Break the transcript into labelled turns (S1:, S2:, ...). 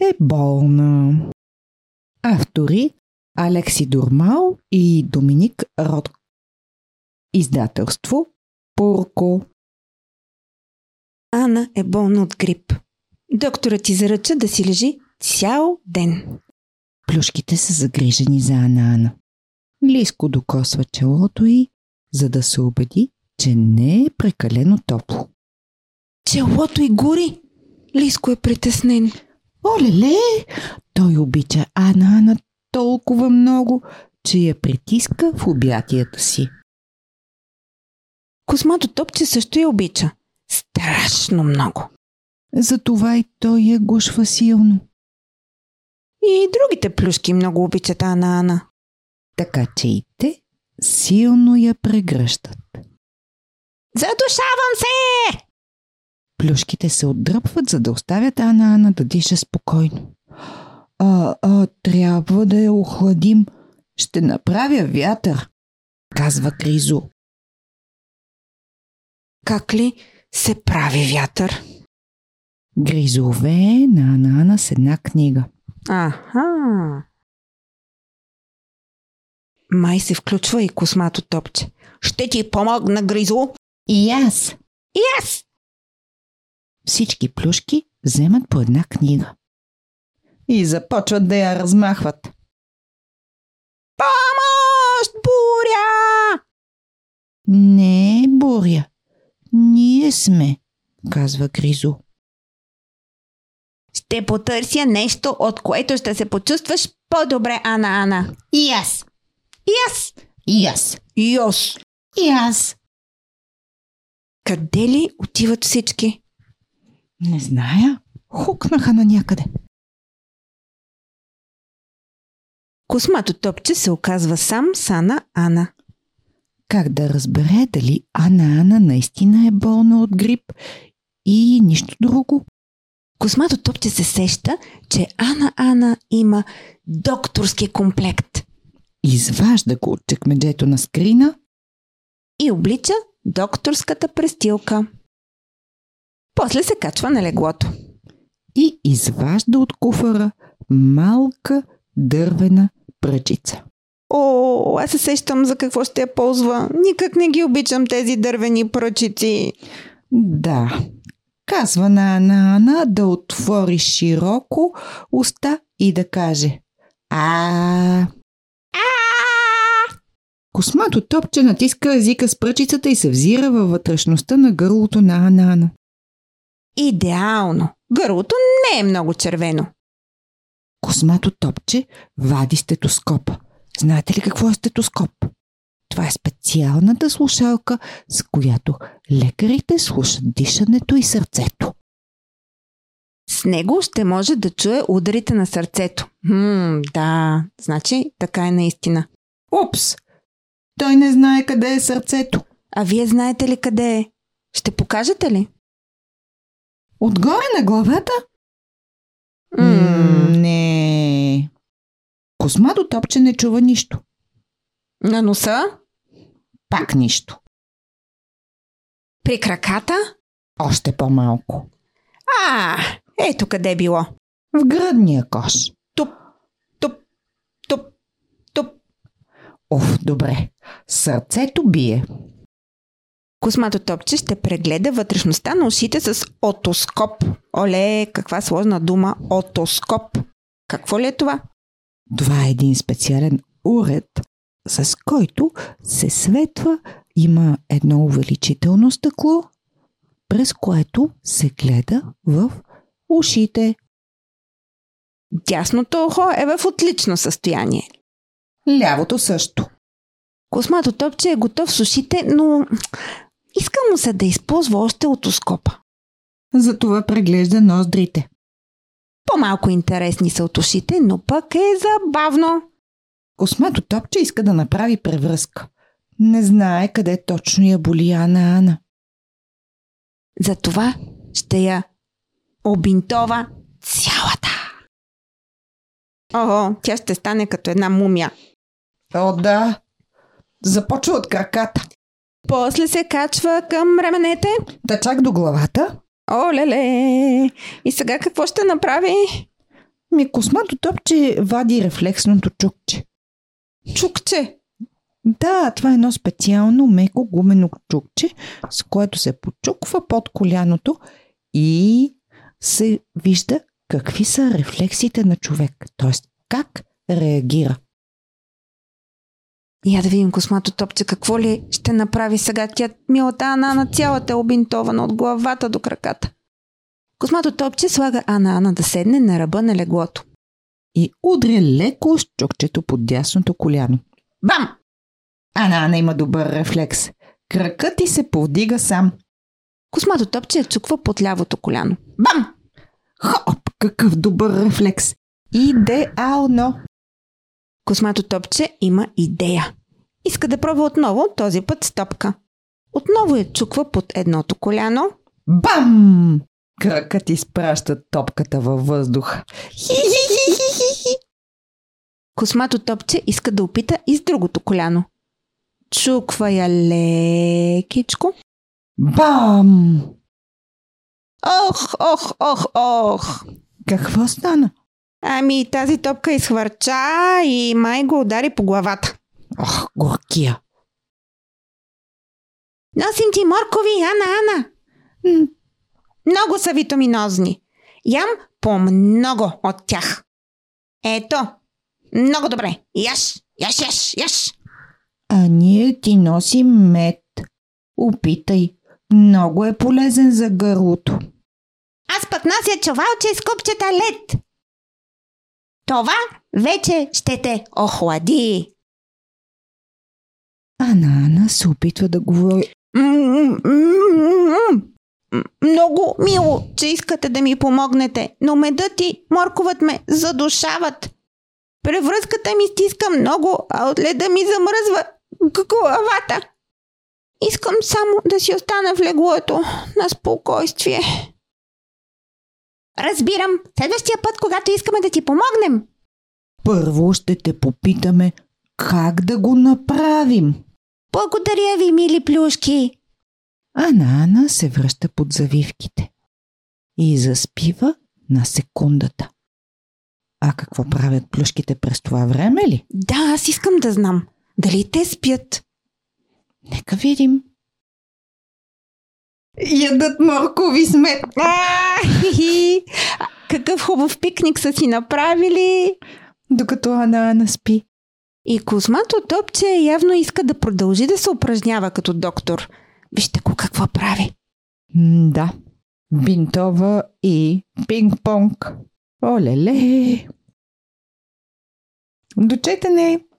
S1: е болна. Автори Алекси Дурмал и Доминик Ротко. Издателство Пурко.
S2: Ана е болна от грип. Докторът ти заръча да си лежи цял ден.
S1: Плюшките са загрижени за Анана. Лиско докосва челото й, за да се убеди, че не е прекалено топло.
S2: Челото й гори! Лиско е притеснен.
S1: Оле-ле! Той обича Анана толкова много, че я притиска в обятията си.
S2: Космато топче също я обича. Страшно много.
S1: Затова и той я гушва силно.
S2: И другите плюшки много обичат Ана Ана.
S1: Така че и те силно я прегръщат.
S2: Задушавам се!
S1: Плюшките се отдръпват, за да оставят Ана Ана да диша спокойно. А, а, трябва да я охладим. Ще направя вятър, казва Кризо.
S2: Как ли се прави вятър?
S1: Гризове на Анана с една книга.
S2: Аха! Май се включва и космато топче. Ще ти помогна, Гризо!
S1: И аз.
S2: И аз!
S1: Всички плюшки вземат по една книга. И започват да я размахват.
S2: Помощ, буря!
S1: Не, Боря. Ние сме, казва Гризо.
S2: Ще потърся нещо, от което ще се почувстваш по-добре, Ана Ана.
S3: И аз.
S2: И аз!
S3: И аз.
S2: И аз!
S3: И аз.
S2: Къде ли отиват всички?
S1: Не зная. Хукнаха на някъде.
S2: Космато топче се оказва сам с Ана Ана.
S1: Как да разбере дали Ана Ана наистина е болна от грип и нищо друго?
S2: Космато топче се сеща, че Ана Ана има докторски комплект
S1: Изважда го от чекмеджето на скрина.
S2: и облича докторската престилка. После се качва на леглото.
S1: и изважда от куфара малка дървена пръчица.
S2: О, аз се сещам за какво ще я ползва. Никак не ги обичам тези дървени пръчици.
S1: Да, казва на Ана Ана да отвори широко уста и да каже а Космато топче натиска езика с пръчицата и се взира във вътрешността на гърлото на Ана Ана.
S2: Идеално. Гърлото не е много червено.
S1: Космато топче вади стетоскопа. Знаете ли какво е стетоскоп? Това е специалната слушалка, с която лекарите слушат дишането и сърцето.
S2: С него ще може да чуе ударите на сърцето. Хм, да, значи така е наистина.
S1: Упс! Той не знае къде е сърцето.
S2: А вие знаете ли къде е? Ще покажете ли?
S1: Отгоре на главата?
S2: М,
S1: не. Космато топче не чува нищо.
S2: На носа?
S1: Пак нищо.
S2: При краката?
S1: Още по-малко.
S2: А, ето къде било.
S1: В гръдния кош.
S2: Туп, туп, туп.
S1: Оф, добре. Сърцето бие.
S2: Космато топче ще прегледа вътрешността на ушите с отоскоп. Оле, каква сложна дума отоскоп. Какво ли е това?
S1: Това е един специален уред, с който се светва, има едно увеличително стъкло, през което се гледа в ушите.
S2: Дясното ухо е в отлично състояние.
S1: Лявото също.
S2: Космато топче е готов с ушите, но иска му се да използва още отоскопа.
S1: Затова преглежда ноздрите.
S2: По-малко интересни са от ушите, но пък е забавно.
S1: Космато топче иска да направи превръзка. Не знае къде точно я боли Ана Ана.
S2: Затова ще я обинтова цялата. О, тя ще стане като една мумия.
S1: О, да. Започва от краката.
S2: После се качва към раменете.
S1: Та чак до главата.
S2: О, леле! И сега какво ще направи?
S1: Ми космато топче вади рефлексното чукче.
S2: Чукче!
S1: Да, това е едно специално меко гумено чукче, с което се почуква под коляното и се вижда какви са рефлексите на човек, т.е. как реагира.
S2: Я да видим космато топче какво ли ще направи сега. Тя милата Анана цялата е обинтована от главата до краката. Космато топче слага Анана да седне на ръба на леглото.
S1: И удря леко с чукчето под дясното коляно. Бам! Анана има добър рефлекс. Кракът ти се повдига сам.
S2: Космато топче я цуква под лявото коляно.
S1: Бам! Хоп, какъв добър рефлекс! Идеално!
S2: Космато топче има идея. Иска да пробва отново, този път с топка. Отново я чуква под едното коляно.
S1: Бам! Кракът изпраща топката във въздух. Хи-хи-хи-хи-хи!
S2: Космато топче иска да опита и с другото коляно. Чуква я лекичко.
S1: Бам!
S2: Ох, ох, ох, ох!
S1: Какво стана?
S2: Ами тази топка изхвърча и май го удари по главата.
S1: Ох, горкия!
S2: Носим ти моркови, Ана, Ана!
S1: М,
S2: Много са витаминозни. Ям по много от тях. Ето. Много добре. Яш, яш, яш, яш.
S1: А ние ти носим мед. Опитай. Много е полезен за гърлото.
S2: Аз пък нося чувалче с купчета лед. Това вече ще те охлади.
S1: А Нана се опитва да говори.
S2: М-м-м-м. Много мило, че искате да ми помогнете, но медът и морковът ме задушават. Превръзката ми стиска много, а от леда ми замръзва г- главата. Искам само да си остана в леглото на спокойствие. Разбирам. Следващия път, когато искаме да ти помогнем.
S1: Първо ще те попитаме как да го направим.
S2: Благодаря ви, мили плюшки.
S1: а Нана се връща под завивките и заспива на секундата. А какво правят плюшките през това време ли?
S2: Да, аз искам да знам. Дали те спят?
S1: Нека видим. Ядат моркови с мед.
S2: А, хи-хи. А, Какъв хубав пикник са си направили.
S1: Докато Ана спи.
S2: И космато топче явно иска да продължи да се упражнява като доктор. Вижте го какво прави.
S1: М, да. Бинтова и пинг-понг. Оле-ле. До четене!